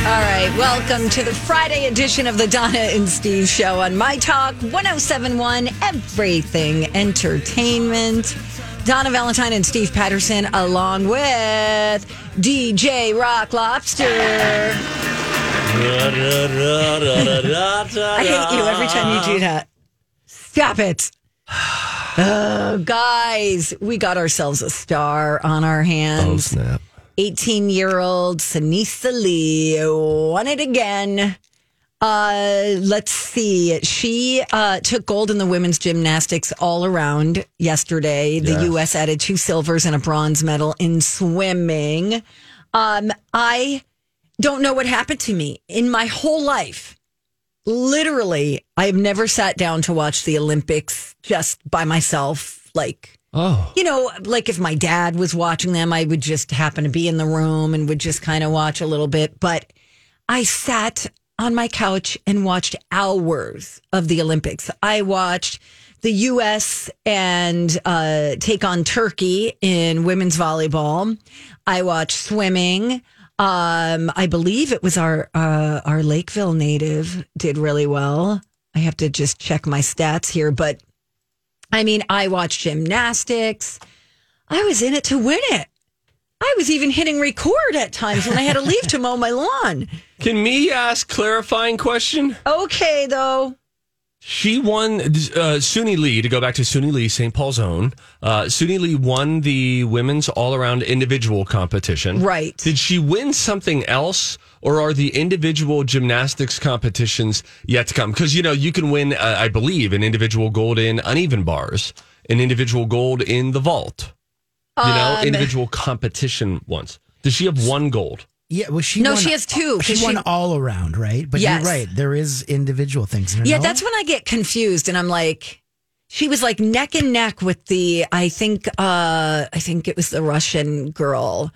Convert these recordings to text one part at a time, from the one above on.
All right, welcome to the Friday edition of the Donna and Steve Show on My Talk 1071 Everything Entertainment. Donna Valentine and Steve Patterson, along with DJ Rock Lobster. I I hate you every time you do that. Stop it. Oh, guys, we got ourselves a star on our Oh hands. snap! 18 year old Sanisa Lee won it again. Uh, let's see. She uh, took gold in the women's gymnastics all around yesterday. The Yes. U.S. added two silvers and a bronze medal in swimming. Um, I don't know what happened to me in my whole life. Literally, I have never sat down to watch the Olympics just by myself, like Oh, you know, like if my dad was watching them, I would just happen to be in the room and would just kind of watch a little bit. But I sat on my couch and watched hours of the Olympics. I watched the U.S. and uh, take on Turkey in women's volleyball. I watched swimming. Um, I believe it was our uh, our Lakeville native did really well. I have to just check my stats here, but I mean, I watched gymnastics. I was in it to win it. I was even hitting record at times when I had to leave to mow my lawn. can me ask clarifying question? Okay, though. She won. Uh, Suni Lee to go back to Suni Lee, St. Paul's own. Uh, Suni Lee won the women's all-around individual competition. Right. Did she win something else, or are the individual gymnastics competitions yet to come? Because you know you can win, uh, I believe, an individual gold in uneven bars, an individual gold in the vault. You know, Um. individual competition ones. Does she have one gold? Yeah, well, she No, won- she has two, 'cause She won she- all around, right? But Yes. you're right. There is individual things. Yeah, that's when I get confused and I'm like, she was like neck and neck with the, I think, uh, I think it was the Russian girl.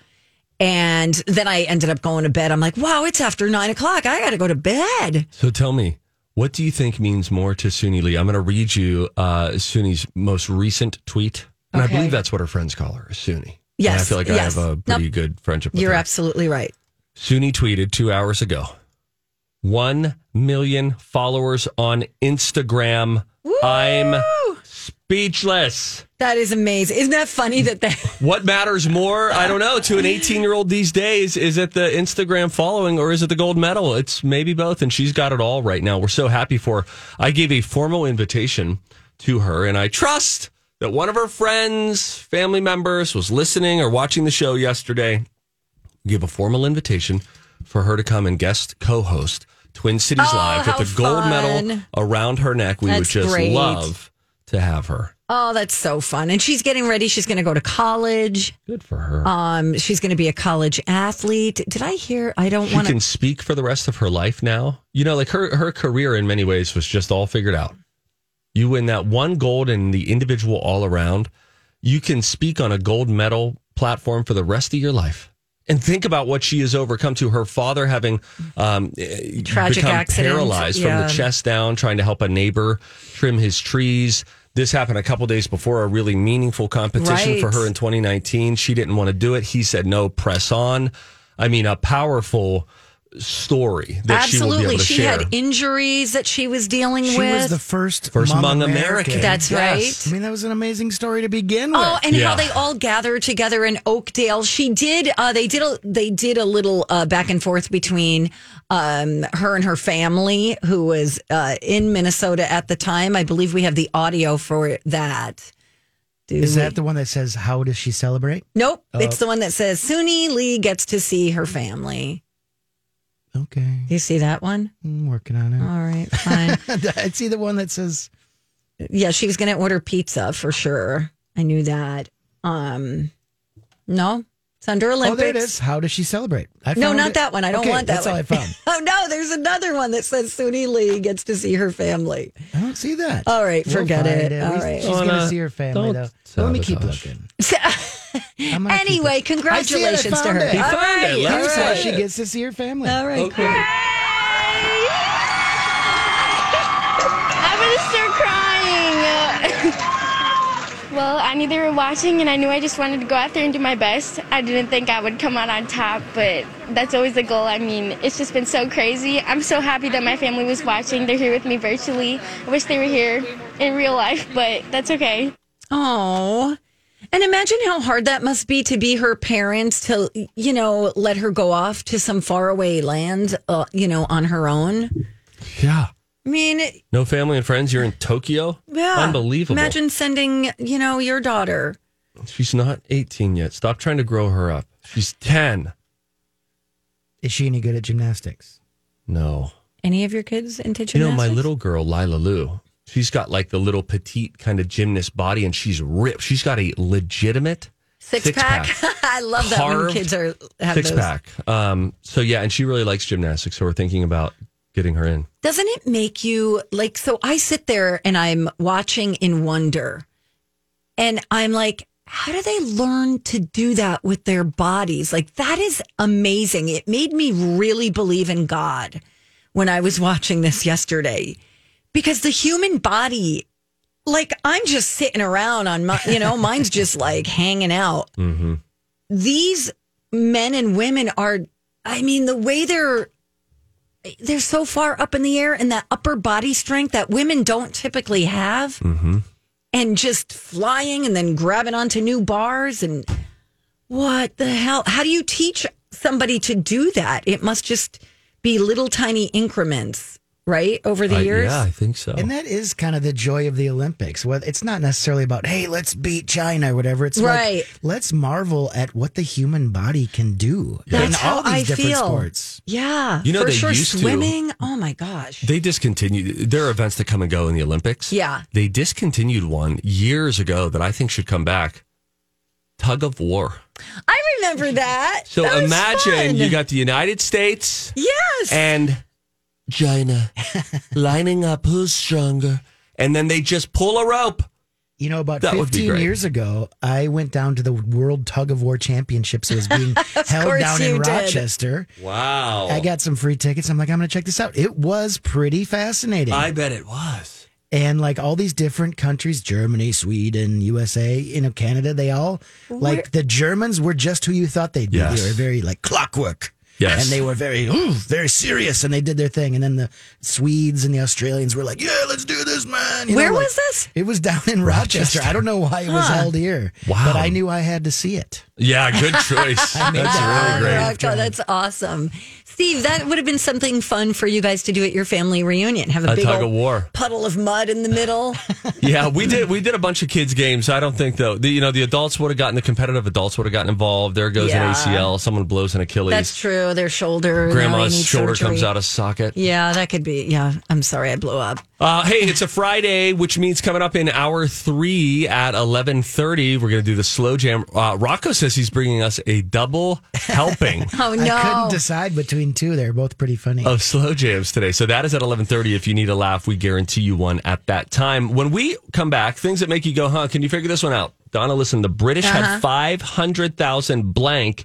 And then I ended up going to bed. I'm like, wow, it's after nine o'clock. I got to go to bed. So tell me, what do you think means more to Suni Lee? I'm going to read you uh, Suni's most recent tweet. And Okay. I believe that's what her friends call her, Suni. And I Yes, feel like yes. I have a pretty good friendship with You're her. absolutely right. Suni tweeted two hours ago 1 million followers on Instagram. I'm speechless. That is amazing. Isn't that funny that that. What matters more, I don't know, to an 18 year old these days? Is it the Instagram following or is it the gold medal? It's maybe both. And she's got it all right now. We're so happy for her. I gave a formal invitation to her, and I trust that one of her friends, family members, was listening or watching the show yesterday. Give a formal invitation for her to come and guest co host Twin Cities Oh, Live with how the gold medal fun. around her neck. We would That's just great. love to have her. Oh, that's so fun. And she's getting ready. She's going to go to college. Good for her. Um, she's going to be a college athlete. Did I hear? I don't she want to. can speak for the rest of her life now. You know, like her her career in many ways was just all figured out. You win that one gold in the individual all around, you can speak on a gold medal platform for the rest of your life. And think about what she has overcome to her father having um, eh, Tragic become accident, paralyzed from yeah. the chest down, trying to help a neighbor trim his trees. This happened a couple days before a really meaningful competition for Right. her in 2019. She didn't want to do it. He said, no, press on. I mean, a powerful story that she will be Absolutely. able to She, share. had injuries that she was dealing She with. was the first, First Hmong Hmong American. That's Yes. I right. mean, that was an amazing story to begin with. Oh, and Yeah. how they all gather together in Oakdale. She did. Uh, they did. A, they did a little uh, back and forth between um, her and her family, who was uh, in Minnesota at the time. I believe we have the audio for that. Do Is we- that the one that says, How does she celebrate? Nope. It's the one that says Suni Lee gets to see her family. Okay. Do you see that one? I'm working on All it. right, fine. I see the one that says, yeah, she was going to order pizza for sure. I knew that. Um, no, it's under Olympics. Oh, there it is. How does she celebrate? I No, found not it. that one. I don't Okay, want that that's one. all I found. oh, no, there's another one that says Suni Lee gets to see her family. I don't see that. All right, We'll forget find it. All We- right. She's going to see her family, though. But let me keep looking. So- I'm gonna keep anyway, looking. I see it. I congratulations to found her. It. All found it. right, Let's all Here's how right. she gets to see her family. All right. Okay. I'm gonna start crying. well, I knew they were watching, and I knew I just wanted to go out there and do my best. I didn't think I would come out on top, but that's always the goal. I mean, it's just been so crazy. I'm so happy that my family was watching. They're here with me virtually. I wish they were here in real life, but that's okay. Oh. And imagine how hard that must be to be her parents to, you know, let her go off to some faraway land, uh, you know, on her own. Yeah. I mean, No family and friends. You're in Tokyo. yeah. Unbelievable. Imagine sending, you know, your daughter. She's not 18 yet. Stop trying to grow her up. She's 10. Is she any good at gymnastics? No. Any of your kids into gymnastics? You know, my little girl, Lila Lou, she's got like the little petite kind of gymnast body and she's ripped. She's got a legitimate six, pack. I love that when Carved kids are have six those. pack. Um, so, yeah, and she really likes gymnastics. So, we're thinking about getting her in. Doesn't it make you like? So I sit there and I'm watching in wonder, and I'm like, how do they learn to do that with their bodies? Like that is amazing. It made me really believe in God when I was watching this yesterday, because the human body. Like I'm just sitting around on my, you know, mine's just like hanging out. Mm-hmm. these men and women are i mean the way they're they're so far up in the air and that upper body strength that women don't typically have Mm-hmm. and just flying and then grabbing onto new bars and what the hell how do you teach somebody to do that it must just be little tiny increments right over the years Uh, yeah, I think so. And that is kind of the joy of the Olympics. Well, it's not necessarily about, hey, let's beat China or whatever. It's Right. like, let's marvel at what the human body can do in That's how all these I different feel. sports. yeah You know, for they sure used to- swimming oh my gosh They discontinued. There are events that come and go in the Olympics. Yeah. They discontinued one years ago that I think should come back tug of war. i remember that So That was imagine fun. you got the United States yes and China lining up who's stronger. And then they just pull a rope. You know, about That would be 15 great. years ago, I went down to the World Tug of War Championships. It was being held course down you in did. Rochester. Wow. I got some free tickets. I'm like, I'm going to check this out. It was pretty fascinating. I bet it was. and like all these different countries Germany, Sweden, USA, you know, Canada they all like the Germans were just who you thought they'd be. Yes. They were very like clockwork. Yes. And they were very, ooh, very serious, and they did their thing. And then the Swedes and the Australians were like, "Yeah, let's do this, man." You know, Where like- was this? It was down in Rochester. I don't know why it was held here, Wow. but I knew I had to see it. Yeah, good choice. That's really Yeah, great. Rock- oh, that's awesome. Steve, that would have been something fun for you guys to do at your family reunion. Have a, A big tug old of war. puddle of mud in the middle. Yeah, we did. We did a bunch of kids games. I don't think though. The, you know, the adults would have gotten the competitive adults would have gotten involved. There goes Yeah. an ACL. Someone blows an Achilles. that's true. Their shoulder. now they Grandma's need shoulder surgery. comes out of socket. Yeah, that could be. Yeah, I'm sorry, I blew up. Uh, hey, it's a Friday, which means coming up in hour three at eleven thirty, we're going to do the slow jam. Uh, Rocco says he's bringing us a double helping Oh no! I couldn't decide between two. They're both pretty funny. of slow jams today. So that is at eleven thirty. If you need a laugh, we guarantee you one at that time. When we come back, things that make you go, "Huh?" Can you figure this one out? Donna, listen. The British had five hundred thousand blank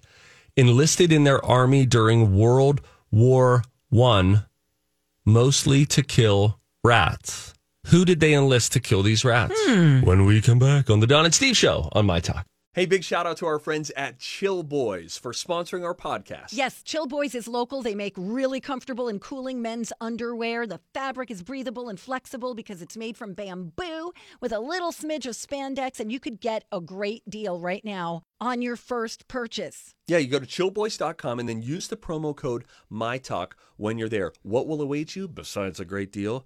enlisted in their army during World War One, mostly to kill rats. Who did they enlist to kill these rats? When we come back on the Don and Steve Show on My Talk. Hey, big shout out to our friends at Chill Boys for sponsoring our podcast. Yes, Chill Boys is local. They make really comfortable and cooling men's underwear. The fabric is breathable and flexible because it's made from bamboo with a little smidge of spandex, and you could get a great deal right now on your first purchase. Yeah, you go to chillboys.com and then use the promo code MyTalk when you're there. What will await you besides a great deal?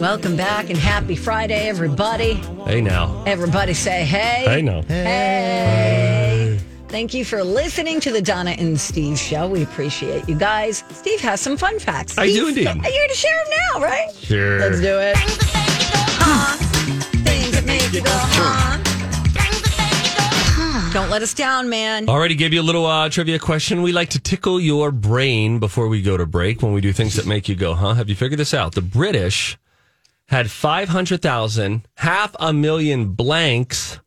Welcome back and happy Friday, everybody. Hey now. Everybody say hey. now. Hey. Thank you for listening to the Donna and Steve show. We appreciate you guys. Steve has some fun facts. I do He's- indeed. You're going to share them now, right? Sure. Let's do it. Things that make you go, huh? Don't let us down, man. Already gave you a little uh, trivia question. We like to tickle your brain before we go to break when we do things that make you go, huh? Have you figured this out? The British had 500,000, half a million blanks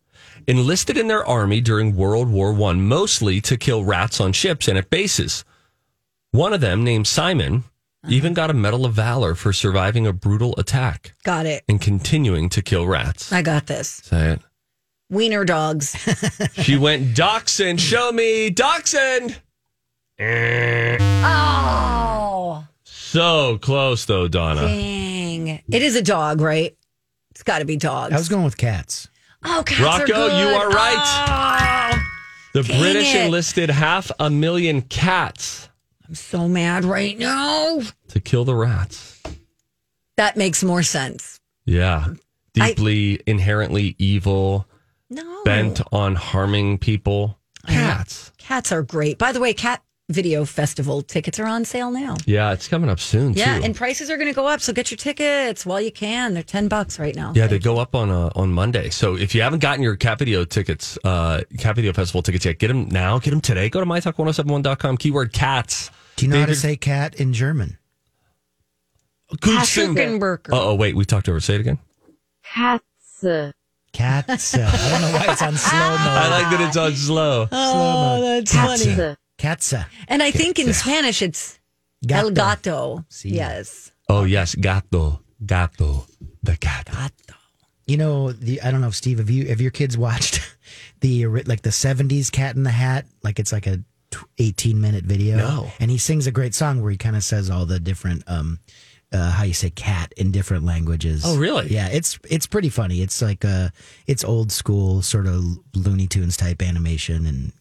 enlisted in their army during World War One, mostly to kill rats on ships and at bases. One of them, named Simon, even got a Medal of Valor for surviving a brutal attack Got it. and continuing to kill rats. I got this. Say it. Wiener dogs. She went, Dachshund, show me, Dachshund! oh, So close, though, Donna. dang. It is a dog, right? It's got to be dogs. I was going with cats. oh, cats are Rocco, you good. are right. Oh. The Dang British it. enlisted half a million cats I'm so mad right now. to kill the rats. That makes more sense. Yeah. Deeply, inherently evil, No. bent on harming people. Cats. Cats are great. By the way, cat video festival tickets are on sale now. Yeah, it's coming up soon, Yeah, too. and prices are going to go up, so get your tickets while you can. They're 10 bucks right now. yeah, they go up on uh, on Monday. So if you haven't gotten your Cat Video tickets, uh, Cat Video Festival tickets yet, get them now. Get them today. Go to mytalk1071.com, keyword cats. Do you know how David- to say cat in German? Katzenberger. Uh oh, wait, we talked over. Say it again. Katze. Cats. uh, I don't know why it's on slow Ah, I mo. like that it's on slow. Oh, that's Katze. Katze. And I think in Spanish it's Gato. El Gato. See. Yes. Oh, yes, gato, gato, the cat. Gato. You know, the I don't know, if Steve. Have you have your kids watched the ori- like the '70s Cat in the Hat? Like it's like a tw- 18 minute video. No. and he sings a great song where he kind of says all the different um, uh, how you say cat in different languages. Oh, really? Yeah, it's it's pretty funny. It's like uh it's old school sort of Looney Tunes type animation, and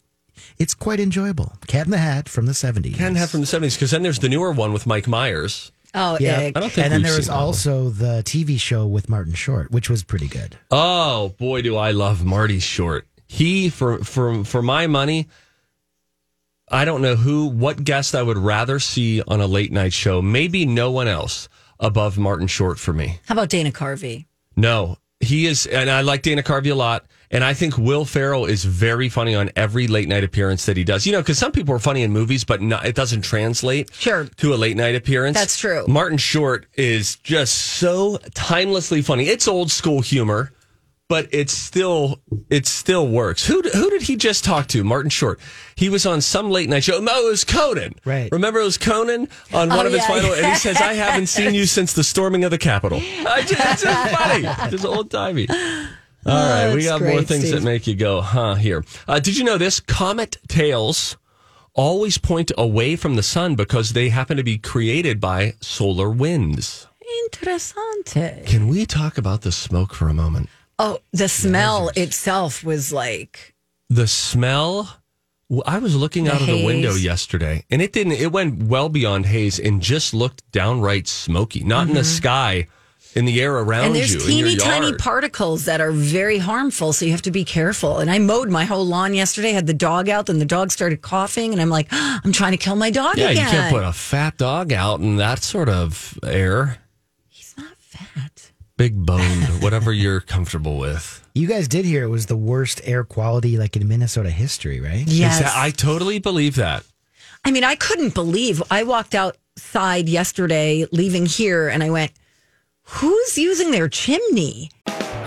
it's quite enjoyable. Cat in the Hat from the '70s. Can have from the seventies because then there's the newer one with Mike Myers. Oh, yeah, ick. I don't think and then we've there was seen that one. also the TV show with Martin Short, which was pretty good. Oh boy, do I love Marty Short. He for for for my money. I don't know who, what guest I would rather see on a late night show. Maybe no one else above Martin Short for me. How about Dana Carvey? No, he is, and I like Dana Carvey a lot. And I think Will Farrell is very funny on every late night appearance that he does. You know, because some people are funny in movies, but not, it doesn't translate Sure. to a late night appearance. That's true. Martin Short is just so timelessly funny. It's old school humor, but it's still it still works. Who d- who did he just talk to? Martin Short. He was on some late night show. No, it was Conan. Right. Remember, it was Conan on one Oh, of his yeah, final, and he says, "I haven't seen you since the storming of the Capitol." I just, it's just funny, just old timey. All right, we Oh, that's got more great, things that Steve. make you go, huh? Here, uh, did you know this? Comet tails always point away from the sun because they happen to be created by solar winds. Interessante. Can we talk about the smoke for a moment? Oh, the smell itself was like, The smell. w- I was looking The out of the window haze. yesterday, and it didn't. It went well beyond haze and just looked downright smoky. Not in the sky, in the air around Mm-hmm. and there's you. in your teeny tiny yard. particles that are very harmful so you have to be careful and i mowed my whole lawn yesterday had the dog out then the dog started coughing and i'm like i'm trying to kill my dog Yeah, again you can't put a fat dog out in that sort of air. he's not fat Big boned, whatever you're comfortable with. You guys did hear it was the worst air quality like in Minnesota history, right? yes Exa- I totally believe that. I mean, I couldn't believe I walked outside yesterday leaving here and I went, who's using their chimney?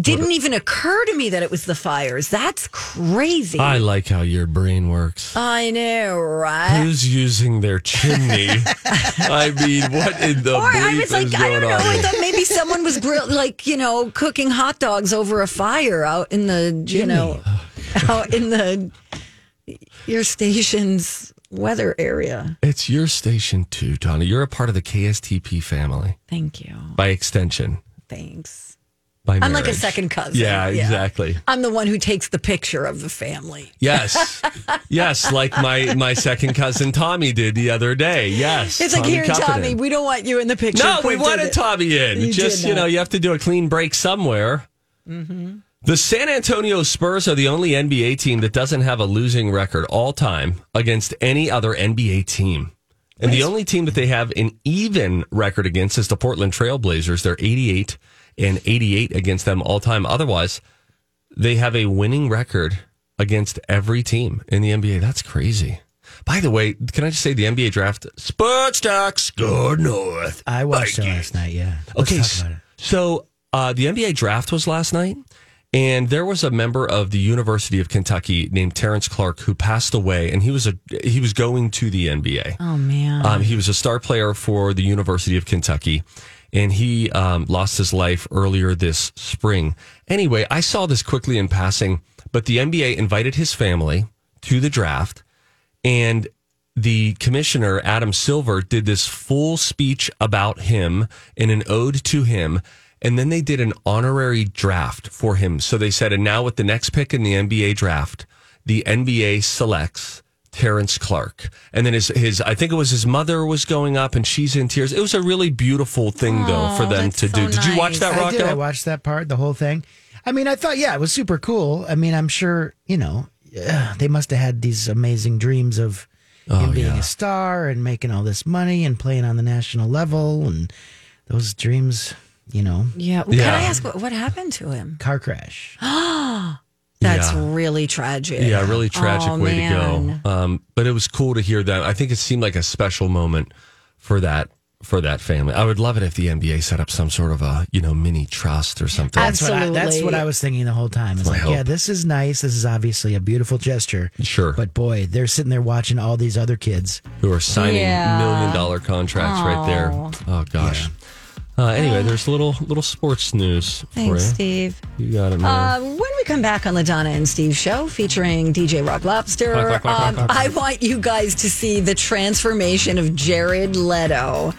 Didn't even occur to me that it was the fires. That's crazy. I like how your brain works. I know, right? Who's using their chimney? I mean, what in the or I bleep was like, is I don't going know. on I here? thought maybe someone was grill, like you know, cooking hot dogs over a fire out in the you know, out in the your station's weather area. It's your station too, Donna. You're a part of the KSTP family Thank you. by extension. Thanks. By I'm like a marriage. second cousin. Yeah, exactly. I'm the one who takes the picture of the family. Yes, yes. Like my my second cousin Tommy did the other day. Yes, It's like here, Cuffin. Tommy, we don't want you in the picture. No, we Pointed wanted at- Tommy in. You Just, did you know, not. Mm-hmm. you have to do a clean break somewhere. The San Antonio Spurs are the only NBA team that doesn't have a losing record all time against any other NBA team. And the only team that they have an even record against is the Portland Trailblazers. They're 88 and 88 against them all time. Otherwise, they have a winning record against every team in the NBA. That's crazy. By the way, can I just say the NBA draft? Spurs stocks go north. I watched it Vikings. last night, yeah. Let's Okay, talk about it. so uh, the NBA draft was last night, and there was a member of the University of Kentucky named Terrence Clark who passed away, and he was a he was going to the NBA. Oh man. Um, he was a star player for the University of Kentucky, and he um, lost his life earlier this spring. Anyway, I saw this quickly in passing, but the NBA invited his family to the draft, and the commissioner, Adam Silver, did this full speech about him and an ode to him. And then they did an honorary draft for him. So they said, and now with the next pick in the NBA draft, the NBA selects Terrence Clark. And then his, his I think it was his mother was going up and she's in tears. It was a really beautiful thing, though, for Oh, them that's to so do. Did you watch nice. that, I did. I Rocco? watched that part, the whole thing. I mean, I thought, yeah, it was super cool. I mean, I'm sure, you know, yeah, they must have had these amazing dreams of Oh, him being a star and making all this money and playing on the national level. And those dreams, you know, yeah. Well, Can Yeah. I ask what, what happened to him? car crash. That's Yeah. really tragic. Yeah, really tragic Oh, way to man. go. Um, but it was cool to hear that. I think it seemed like a special moment for that for that family. I would love it if the NBA set up some sort of a you know mini trust or something. That's what, I, that's what I was thinking the whole time. It's my like, yeah, hope. this is nice. This is obviously a beautiful gesture. Sure. But boy, they're sitting there watching all these other kids. Who are signing Yeah. million dollar contracts right there? Oh gosh. Uh, anyway, there's a little little sports news Thanks, for Steve. you. You got it, man. Uh, when we come back on the Donna and Steve show featuring DJ Rock Lobster, Quack, quack, quack, um, quack, quack. I want you guys to see the transformation of Jared Leto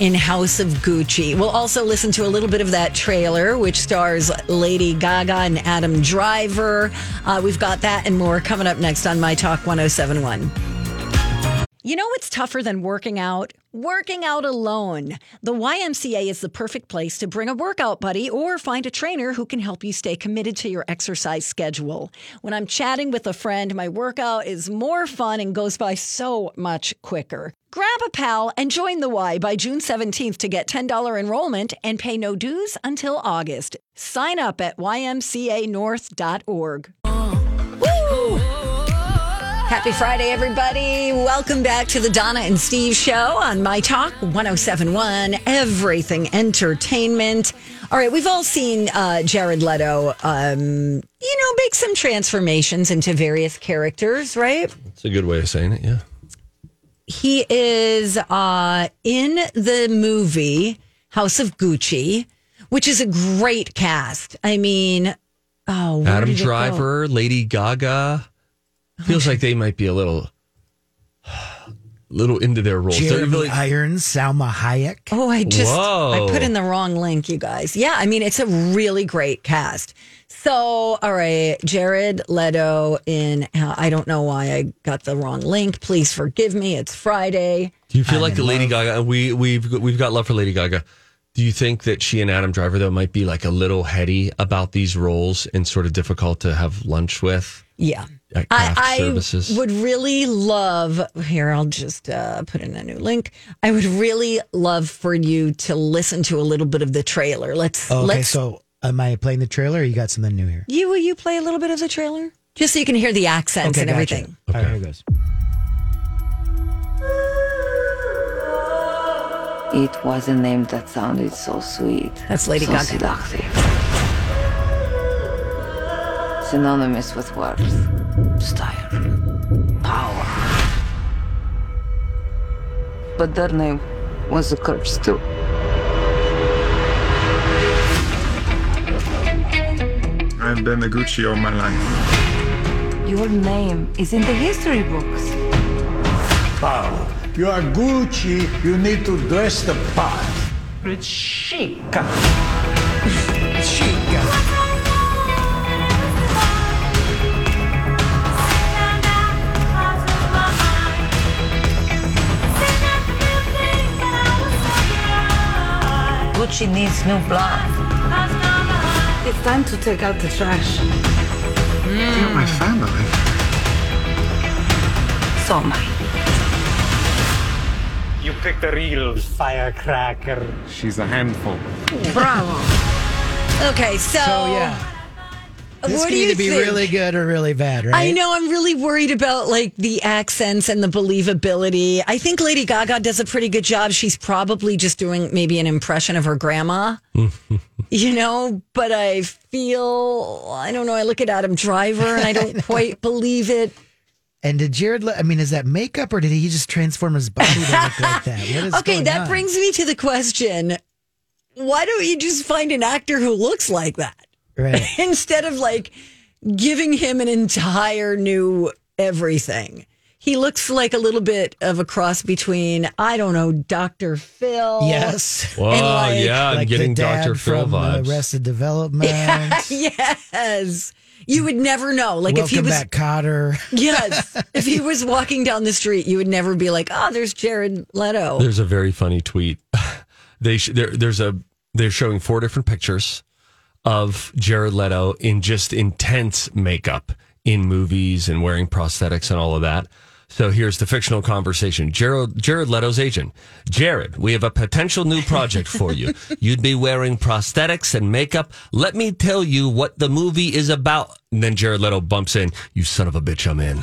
in House of Gucci. We'll also listen to a little bit of that trailer, which stars Lady Gaga and Adam oh Driver. Uh, we've got that and more coming up next on My Talk 1071. You know what's tougher than working out? Working out alone. The YMCA is the perfect place to bring a workout buddy or find a trainer who can help you stay committed to your exercise schedule. When I'm chatting with a friend, my workout is more fun and goes by so much quicker. Grab a pal and join the Y by June 17th to get $10 enrollment and pay no dues until August. Sign up at ymcanorth.org. Woo! Happy Friday, everybody. Welcome back to the Donna and Steve show on My Talk 1071, Everything Entertainment. All right, we've all seen uh, Jared Leto, um, you know, make some transformations into various characters, right? It's a good way of saying it. Yeah. He is uh, in the movie House of Gucci, which is a great cast. I mean, oh, where Adam did it go? Driver, Lady Gaga. Feels like they might be a little, little into their roles. They're Jeremy really- Irons, Salma Hayek. Oh, I just Whoa. I put in the wrong link, you guys. Yeah, I mean it's a really great cast. So, all right, Jared Leto in uh, I don't know why I got the wrong link. Please forgive me. It's Friday. do you feel like the Lady Gaga? We we've we've got love for Lady Gaga. Do you think that she and Adam Driver though might be like a little heady about these roles and sort of difficult to have lunch with? Yeah. At craft I, I services. would really love here. I'll just uh, put in a new link. I would really love for you to listen to a little bit of the trailer. Let's Oh, okay, let's so am I playing the trailer or you got something new here? you will you play a little bit of the trailer just so you can hear the accents Okay, and gotcha. everything. Oh, All right, here goes. It was a name that sounded so sweet. That's Lady so Gaga. seductive. Synonymous with words, style, power. But that name was a curse too. I've been a Gucci all my life. Your name is in the history books. power. You are Gucci, you need to dress the part. It's chic. chic. Gucci needs new blood. Ah. It's time to take out the trash. You're my family. So am I. You picked a real firecracker. She's a handful. Bravo. Okay, so, yeah. This what can do you either be think? really good or really bad, right? I know I'm really worried about like the accents and the believability. I think Lady Gaga does a pretty good job. She's probably just doing maybe an impression of her grandma. you know, but I feel I don't know, I look at Adam Driver and I don't quite believe it. And did Jared? Le- I mean, is that makeup or did he just transform his body to look like that? What is Okay, going that on? brings me to the question. Why don't you just find an actor who looks like that? right. instead of like giving him an entire new everything. He looks like a little bit of a cross between, I don't know, Dr. Phil. Yes. Wow, like- yeah, I'm Like the getting dad Dr. Phil from uh, vibes. Arrested Development. Yes. You would never know. Like Welcome if he was back, Cotter. Yes. if he was walking down the street, you would never be like, Oh, there's Jared Leto. There's a very funny tweet. they sh- there, there's a they're showing four different pictures of Jared Leto in just intense makeup in movies and wearing prosthetics and all of that. So here's the fictional conversation. Jared Jared Leto's agent. Jared, we have a potential new project for you. You'd be wearing prosthetics and makeup. Let me tell you what the movie is about. And then Jared Leto bumps in, "You son of a bitch, I'm in."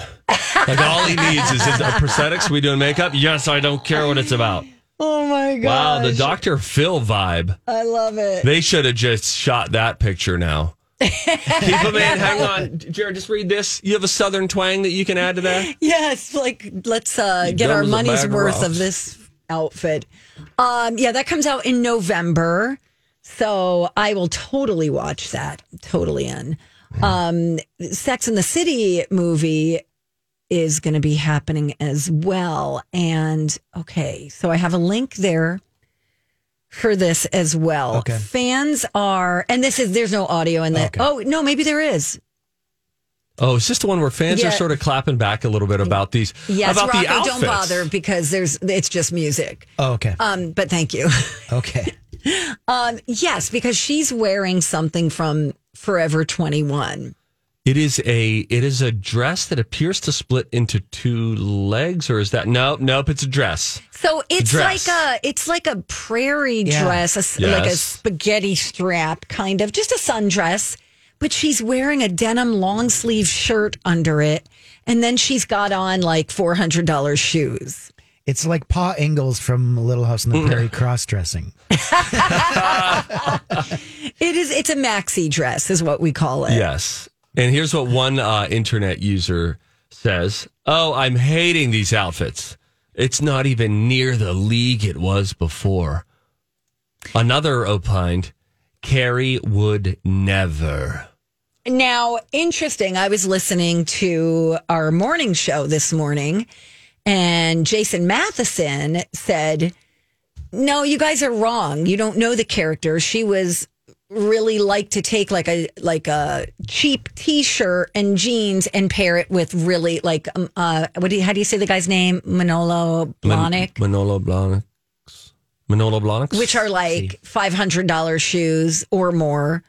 Like all he needs is his uh, prosthetics. We doing makeup? Yes, I don't care what it's about. oh my god. Wow, the Dr. Phil vibe. I love it. They should have just shot that picture now. Keep him in. Hang on. Jared, just read this. You have a southern twang that you can add to that? Yes, like let's uh, You get dumb our as a money's bag of worth rocks. of this outfit. Um, yeah, that comes out in November, so I will totally watch that. Totally in. Um, Sex in the City movie is going to be happening as well, and okay, so I have a link there for this as well. Okay. Fans are, and this is there's no audio in that. Okay. Oh no, maybe there is. Oh, it's just the one where fans Yeah. are sort of clapping back a little bit about these. Yes, about the Rocco, outfits. don't bother because there's it's just music. Oh, okay. Um, but thank you. Okay. Um, yes, because she's wearing something from Forever 21. It is a it is a dress that appears to split into two legs, or is that nope nope? It's a dress. So it's Dress. like a it's like a prairie Yeah. dress, a s like a Yes. spaghetti strap kind of, just a sundress. But she's wearing a denim long sleeve shirt under it, and then she's got on like four hundred dollars shoes. It's like Pa Ingalls from Little House on the Prairie cross dressing. It is it's a maxi dress, is what we call it. Yes. And here's what one uh, internet user says: Oh, I'm hating these outfits. It's not even near the league it was before. Another opined, Carrie would never. Now, interesting. I was listening to our morning show this morning, and Jason Matheson said, No, you guys are wrong. You don't know the character. She was really like to take like a like a cheap t-shirt and jeans and pair it with really like um, uh what do you, how do you say the guy's name Manolo Blahnik Mon- Manolo Blahnik. Manolo Blahnik. which are like five hundred dollar shoes or more.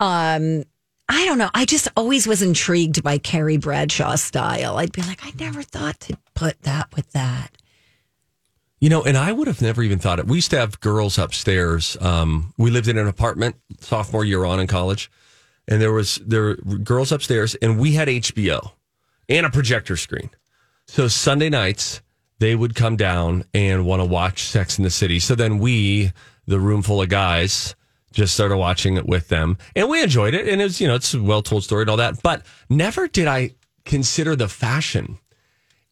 Um, I don't know. I just always was intrigued by Carrie Bradshaw style. I'd be like, I never thought to put that with that. You know, and I would have never even thought it. We used to have girls upstairs. Um, we lived in an apartment sophomore year on in college, and there was there were girls upstairs, and we had HBO and a projector screen. So Sunday nights they would come down and want to watch Sex in the City. So then we, the room full of guys, just started watching it with them, and we enjoyed it. And it was you know it's a well told story and all that, but never did I consider the fashion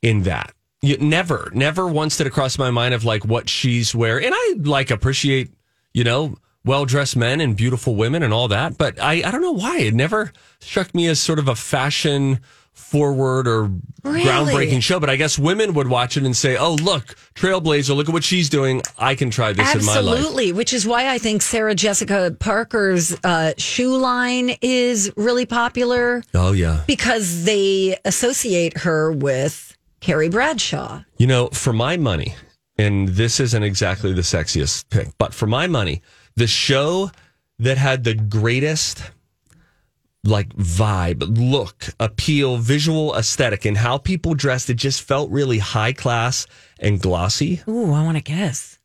in that. You, never, never once did it cross my mind of like what she's wearing. And I like appreciate, you know, well dressed men and beautiful women and all that. But I, I don't know why. It never struck me as sort of a fashion forward or Really? groundbreaking show. But I guess women would watch it and say, oh, look, Trailblazer, look at what she's doing. I can try this in my life. Absolutely, which is why I think Sarah Jessica Parker's uh, shoe line is really popular Oh, yeah. because they associate her with Carrie Bradshaw. You know, for my money, and this isn't exactly the sexiest pick, but for my money, the show that had the greatest like vibe, look, appeal, visual aesthetic, and how people dressed, it just felt really high class and glossy. Ooh, I want to guess.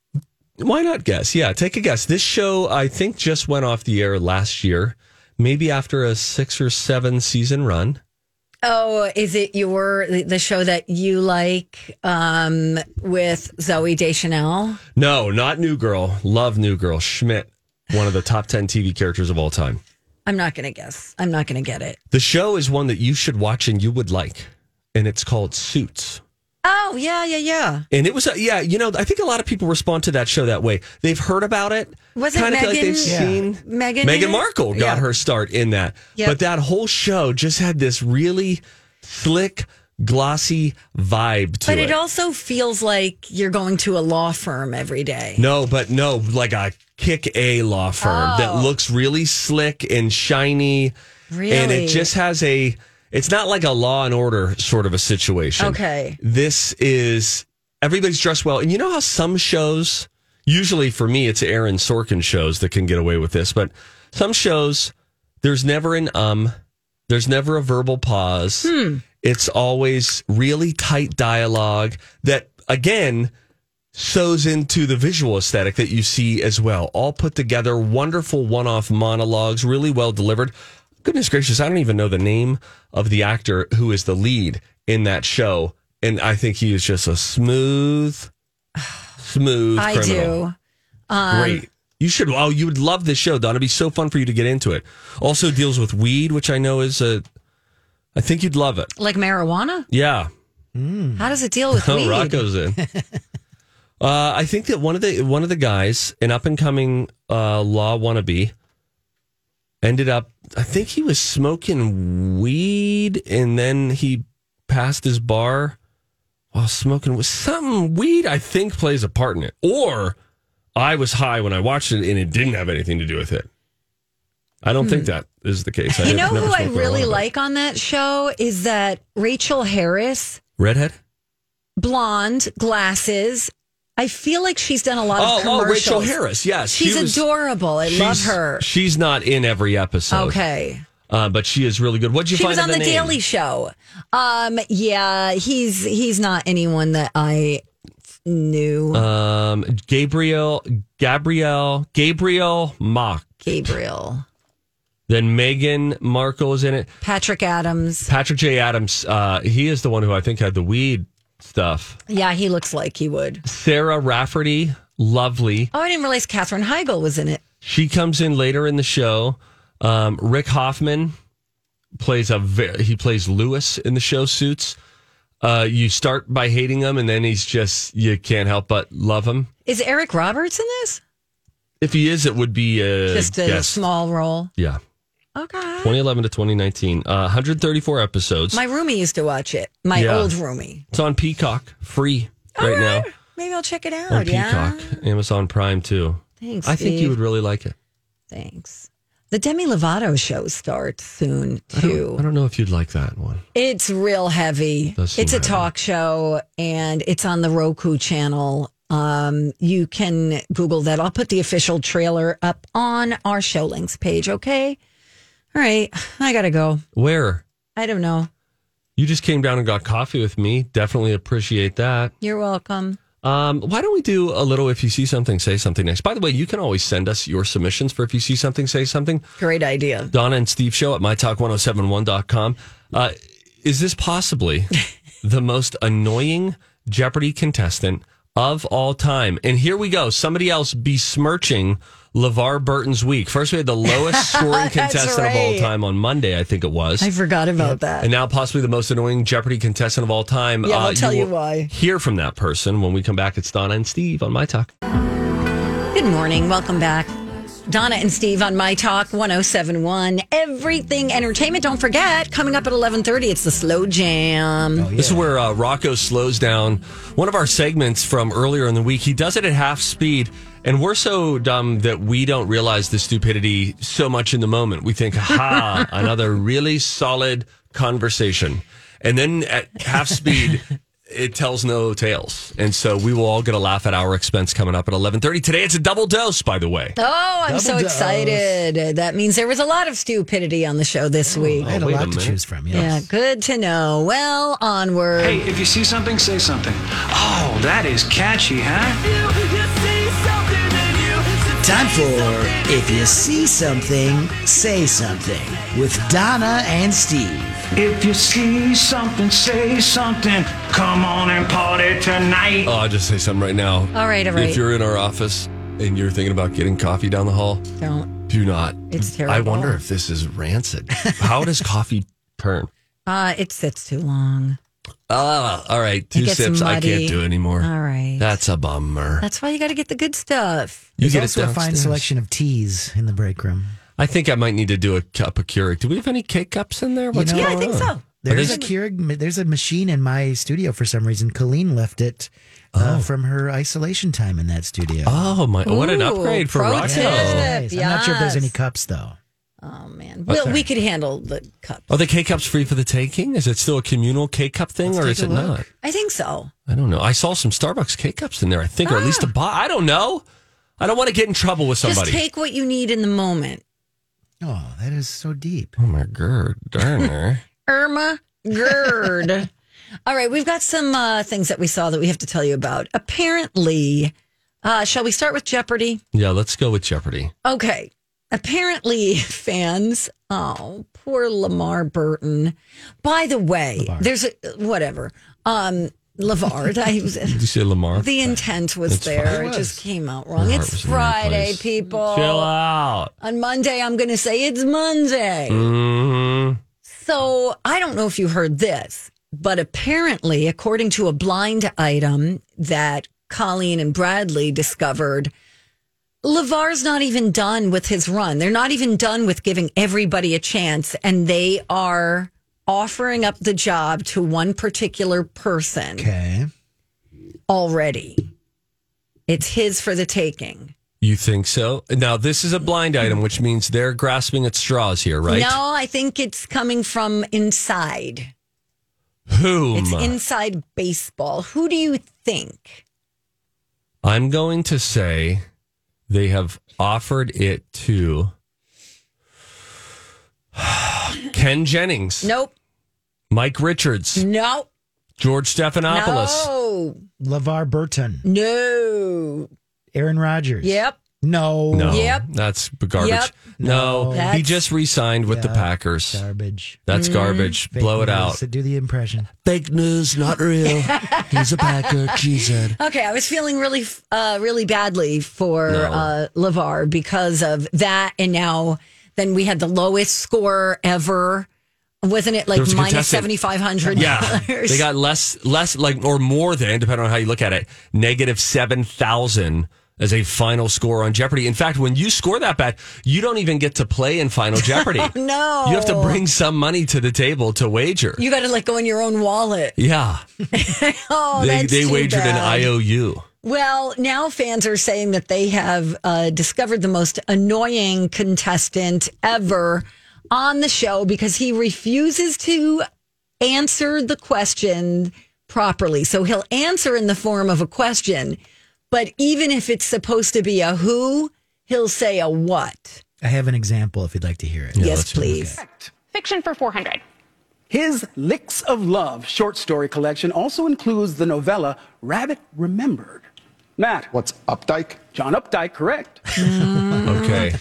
Why not guess? Yeah, take a guess. This show, I think, just went off the air last year, maybe after a six or seven season run. Oh, is it your the- the show that you like um, with Zoe Deschanel? No, not New Girl. Love New Girl. Schmidt, one of the top 10 TV characters of all time. I'm not going to guess. I'm not going to get it. The show is one that you should watch and you would like, and it's called Suits. Oh yeah, yeah, yeah. And it was, a, yeah, you know, I think a lot of people respond to that show that way. They've heard about it, Was kind it Megan? of like they've seen. Megan. Meghan Markle got her start in that, Yep. but that whole show just had this really slick, glossy vibe to But it also feels like you're going to a law firm every day. No, but no, like a kick A law firm that Oh. looks really slick and shiny. And Really? it just has a, it's not like a law and order sort of a situation. Okay. This is, everybody's dressed well. And you know how some shows, usually for me, it's Aaron Sorkin shows that can get away with this, but some shows, there's never an um, there's never a verbal pause. Hmm. It's always really tight dialogue that, again, sews into the visual aesthetic that you see as well. All put together, wonderful one off monologues, really well delivered. Goodness gracious, I don't even know the name of the actor who is the lead in that show. And I think he is just a smooth, smooth I criminal. do. Um, Great. You should. Oh, you would love this show, Don. It'd be so fun for you to get into it. Also deals with weed, which I know is a. I think you'd love it. Like marijuana? Yeah. How does it deal with Oh, weed? Rocco's in. uh, I think that one of the one of the guys, an up and coming uh, law wannabe, ended up. I think he was smoking weed, and then he passed his bar while smoking with something weed. I think plays a part in it, or I was high when I watched it, and it didn't have anything to do with it. I don't think that is the case. I Hmm. You have know never who I spoken to really Alana about like on that show is that Rachel Harris, it. Redhead? blonde, glasses. I feel like she's done a lot Oh, of oh, commercials. Rachel Harris. Yes. she she's was- adorable. I love she's- her. She's not in every episode. Okay. Uh, but she is really good. What'd you She find was on out the name? Daily Show. Um, yeah, he's he's not anyone that I knew. Um, Gabriel, Gabrielle, Gabriel Mock. Gabriel, Then Megan Markle is in it. Patrick Adams. Patrick J. Adams, uh, he is the one who I think had the weed stuff. Yeah, he looks like he would. Sarah Rafferty, lovely. Oh, I didn't realize Katherine Heigl was in it. She comes in later in the show. Um, Rick Hoffman plays a very, he plays Lewis in the show Suits. Uh, you start by hating him, and then he's just you can't help but love him. Is Eric Roberts in this? If he is, it would be a Just a guess. small role. Yeah, Okay. 2011 to 2019, uh, 134 episodes. My roomie used to watch it. My Yeah. old roomie. it's on Peacock, free right, now Maybe I'll check it out. on Oh, yeah. Peacock, Amazon Prime too. Thanks, I think Steve. you would really like it. Thanks. The Demi Lovato show starts soon I too. don't, I don't know if you'd like that one. It's real heavy. Does seem it's a heavy. talk show and it's on the Roku channel. Um, you can Google that. I'll put the official trailer up on our show links page. Okay. All right. I got to go. Where I don't know. you just came down and got coffee with me, definitely appreciate that. You're welcome. Um, why don't we do a little if you see something, say something next? By the way, you can always send us your submissions for if you see something, say something. Great idea. Donna and Steve show at mytalk1071.com. Uh, is this possibly the most annoying Jeopardy contestant of all time? And here we go. Somebody else besmirching LeVar Burton's week. First, we had the lowest scoring That's contestant of all right. time on Monday, I think it was. I forgot about that. and now possibly the most annoying Jeopardy contestant of all time. Uh, Yeah, I'll tell you will why. Hear from that person when we come back. It's Donna and Steve on My Talk. Oh, Good morning. Welcome back. Donna and Steve on My Talk 1071. Everything entertainment. Don't forget, coming up at 1130, it's the slow jam. This is where uh, Rocco slows down one of our segments from earlier in the week. He does it at half speed, and we're so dumb that we don't realize the stupidity so much in the moment. We think, ha, another really solid conversation. And then at half speed, it tells no tales. And so we will all get a laugh at our expense coming up at 1130. Today, it's a double dose, by the way. Oh, I'm so Double dose. excited. That means there was a lot of stupidity on the show this Oh, week. I had Oh, a wait a lot to minute. choose from. Yeah, Yes. good to know. Well, onward. Hey, if you see something, say something. Oh, that is catchy, huh? Time for If You See Something, Say Something with Donna and Steve. If you see something, say something. Come on and party tonight. Oh, I'll just say something right now. All right, all right. If you're in our office and you're thinking about getting coffee down the hall, Don't. Do not. It's terrible. I wonder if this is rancid. How does coffee turn? Uh, it sits too long. Ah, all right. It Two gets sips. I muddy. can't do anymore. All right. That's a bummer. That's why you got to get the good stuff. you There's get it also a fine downstairs. selection of teas in the break room. I think I might need to do a cup of Keurig. Do we have any cake cups in there? What's know- going Yeah, I think on? so. Are There's they- a Keurig. There's a machine in my studio for some reason. Colleen left it uh, from her isolation time in that studio. Oh my! What an Ooh, upgrade for pro tip. Rocco. Nice. I'm not sure if there's yes. any cups though. Oh, man. Well, we could handle the cup. Are the cake cups free for the taking? Is it still a communal cake cup thing, or is it not? I think so. I don't know. I saw some Starbucks cake cups in there. I think, or at least a box. I don't know. I don't want to get in trouble with somebody. Just take what you need in the moment. Oh, that is so deep. oh my god, darn her. Irma Gerd. All right, we've got some uh, things that we saw that we have to tell you about. Apparently, uh, shall we start with Jeopardy? Yeah, let's go with Jeopardy. Okay. Apparently, fans. Oh, poor Lamar Burton. By the way, there's a, whatever. Um, Lavard. I was. Did you say Lamar? The intent was That's there. fine. It, It just came out Your wrong. heart It's was in the right Friday, place. people. Chill out. On Monday, I'm going to say it's Monday. hmm So I don't know if you heard this, but apparently, according to a blind item that Colleen and Bradley discovered, LeVar's not even done with his run. They're not even done with giving everybody a chance, and they are offering up the job to one particular person Okay. already. It's his for the taking. You think so? Now, this is a blind item, which means they're grasping at straws here, right? No, I think it's coming from inside. Whom? It's inside baseball. Who do you think? I'm going to say they have offered it to Ken Jennings, Nope. Mike Richards, Nope. George Stephanopoulos. No. LeVar Burton, No. Aaron Rodgers. Yep. No. No, Yep. that's garbage. Yep. No, No. he just re-signed with the Yeah, Packers. Garbage. Mm-hmm. That's garbage. Fake Blow it news. out. So do the impression. Fake news, not real. He's a Packer. She said. Okay, I was feeling really, uh, really badly for No. uh, Levar because of that, and now then we had the lowest score ever. Wasn't it There like was a minus contestant. seventy five hundred? Yeah, they got less, less like or more than, depending on how you look at it, negative seven thousand as a final score on Jeopardy. In fact, when you score that bad, you don't even get to play in Final Jeopardy. Oh, no, you have to bring some money to the table to wager. You got to let go in your own wallet. yeah, Oh, they that's they too wagered bad. an IOU. Well, now fans are saying that they have uh, discovered the most annoying contestant ever on the show because he refuses to answer the question properly. So he'll answer in the form of a question, but even if it's supposed to be a who, he'll say a what. I have an example if you'd like to hear it. yes, please. Fiction for 400. His Licks of Love short story collection also includes the novella Rabbit Remembered. Matt. What's Updike? John Updike, correct. Mm-hmm. Okay.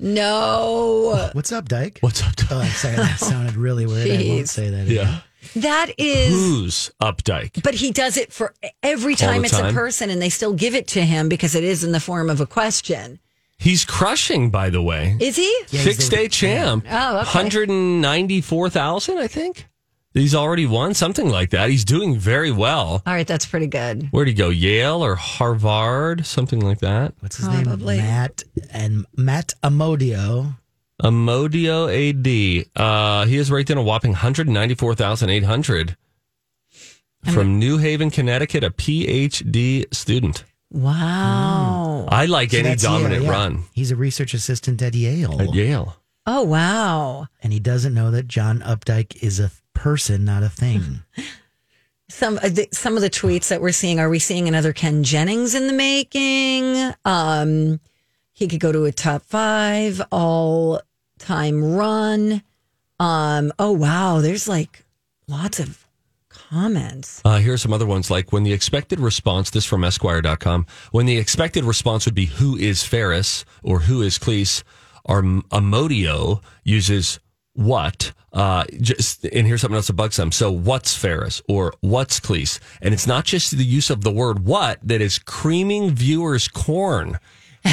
No. What's up, Dyke? What's up, Dyke? Oh, I'm sorry. That sounded really weird. I Jeez. won't say that. Again. Yeah, That is who's Updike? But he does it for every All the time it's time? a person and they still give it to him because it is in the form of a question. He's crushing, by the way. Is he? Six state champ. Oh, okay. 194,000, I think. He's already won something like that. He's doing very well. All right, that's pretty good. Where'd he go? Yale or Harvard? Something like that. What's his name? Matt and Matt Amodio. Amodio AD. Uh, he is ranked in a whopping 194,800 from New Haven, Connecticut, a PhD student. Wow. I like So any that's Yale, dominant yeah. run He's a research assistant at Yale, at Yale. Oh, wow. and he doesn't know that John Updike is a person, not a thing. Some of the, some of the tweets that we're seeing are we seeing another Ken Jennings in the making? Um, he could go to a top five all time run. Um, oh wow, there's like lots of comments. Uh, here are some other ones like when the expected response, this from Esquire.com, when the expected response would be who is Ferris or who is Cleese, our Amodio uses what. Uh, just, and here's something else that bugs them. So what's Ferris or what's Cleese? And it's not just the use of the word what that is creaming viewers' corn.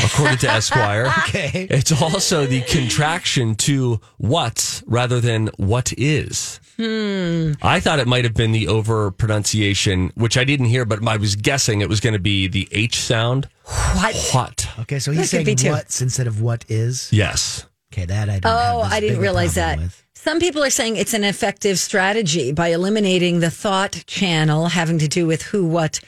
According to Esquire, Okay. it's also the contraction to what's rather than what is. Hmm. I thought it might have been the over pronunciation, which I didn't hear, but I was guessing it was going to be the H sound. What? What? Okay, so That he's could be saying too. what's instead of what is. Yes. Okay, that I don't have Oh, this I didn't big a realize problem that. with. Some people are saying it's an effective strategy by eliminating the thought channel having to do with who, what,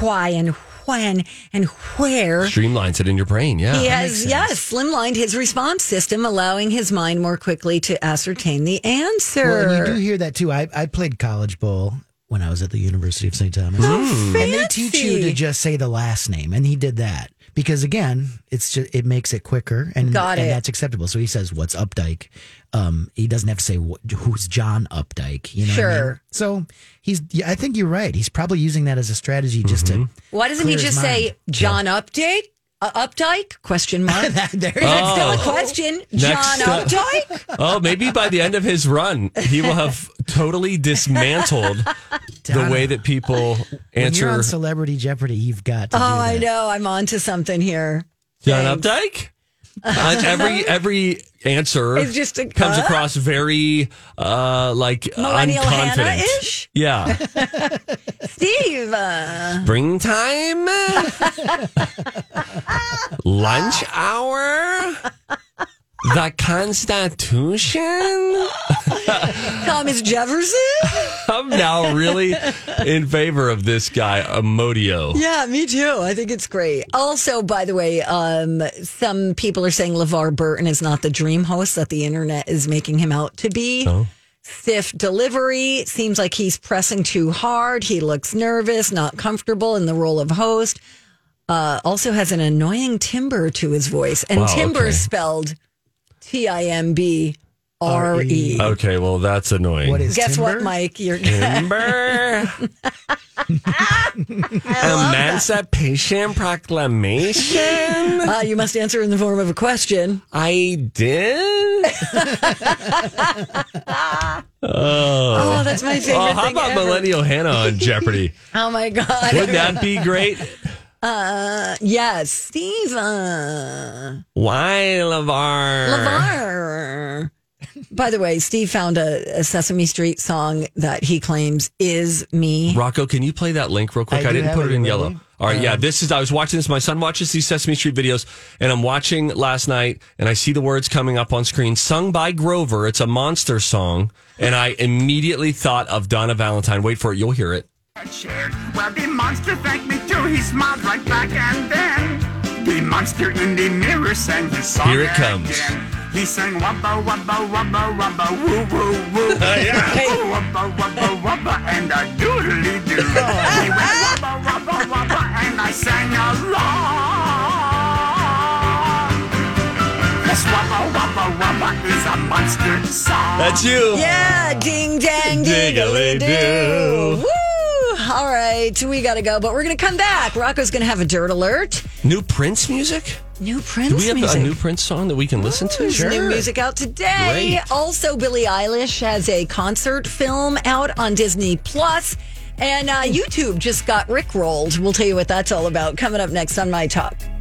why, and when, and where. Streamlines it in your brain. Yeah. he has, yes, slimlined his response system, allowing his mind more quickly to ascertain the answer. Well, and you do hear that too. I, I played college bowl when I was at the University of St. Thomas. And they teach you to fancy. just say the last name, and he did that because again, it's just it makes it quicker and, Got and it. that's acceptable. So he says, "What's Updike?" Um, he doesn't have to say what, who's John Updike. You know, what I mean? Sure. So he's. Yeah, I think you're right. He's probably using that as a strategy just to. Why doesn't he clear his just say mind. John Updike? Uh, Updike? Question mark. there Is that still a Oh. question? Next John up. Updike? Oh, maybe by the end of his run, he will have totally dismantled the Donna, way that people When you're answer on Celebrity Jeopardy, you've got. To Oh, do that. I know. I'm on to something here. John Updike. On every every answer It's just a- comes huh? across very uh like Millennial unconfident. Hannah-ish? Yeah. Steve. uh, Springtime? Lunch hour? The Constitution? Thomas Jefferson? I'm now really in favor of this guy, Amodio. Yeah, me too. I think it's great. Also, by the way, um, some people are saying LeVar Burton is not the dream host that the internet is making him out to be. Oh. Stiff delivery. Seems like he's pressing too hard. He looks nervous, not comfortable in the role of host. Uh, also has an annoying timbre to his voice. And Wow, timbre okay. spelled T I M B R E. Okay, well, that's annoying. What is Guess what, Mike? You're Timber. Emancipation Proclamation? Uh, you must answer in the form of a question. I did? Oh, that's my favorite Oh, how thing about ever. Millennial Hannah on Jeopardy? Oh my god! Wouldn't that be great? Uh, yes, Steve. Uh, Why, LeVar? Lavar. By the way, Steve found a, a Sesame Street song that he claims is me. Rocco, can you play that link real I quick? I, do didn't have put it it, in really. yellow. All right, Uh-huh. yeah, this is. I was watching this. My son watches these Sesame Street videos, and I'm watching last night, and I see the words coming up on screen, sung by Grover. It's a monster song, and I immediately thought of Donna Valentine. Wait for it, you'll hear it. shared. Well, the monster thanked me too. He smiled right back, and then the monster in the mirror sang his song. Here it comes. Again. He sang wubba wubba wubba wubba woo woo woo. yeah. Ooh, Wubba wubba wubba and a doodly doo. He went wubba wubba wubba and I sang along. This wubba wubba wubba is a monster song. That's you. Yeah, ding dang diggly Diggly-doo. doo. Woo! All right, we gotta go, but we're gonna come back. Rocco's gonna have a dirt alert. New Prince music? New Prince Do we have music. a new Prince song that we can listen to? There's new music out today. Great. Also, Billie Eilish has a concert film out on Disney Plus, and uh, YouTube just got rickrolled. We'll tell you what that's all about coming up next on My Talk.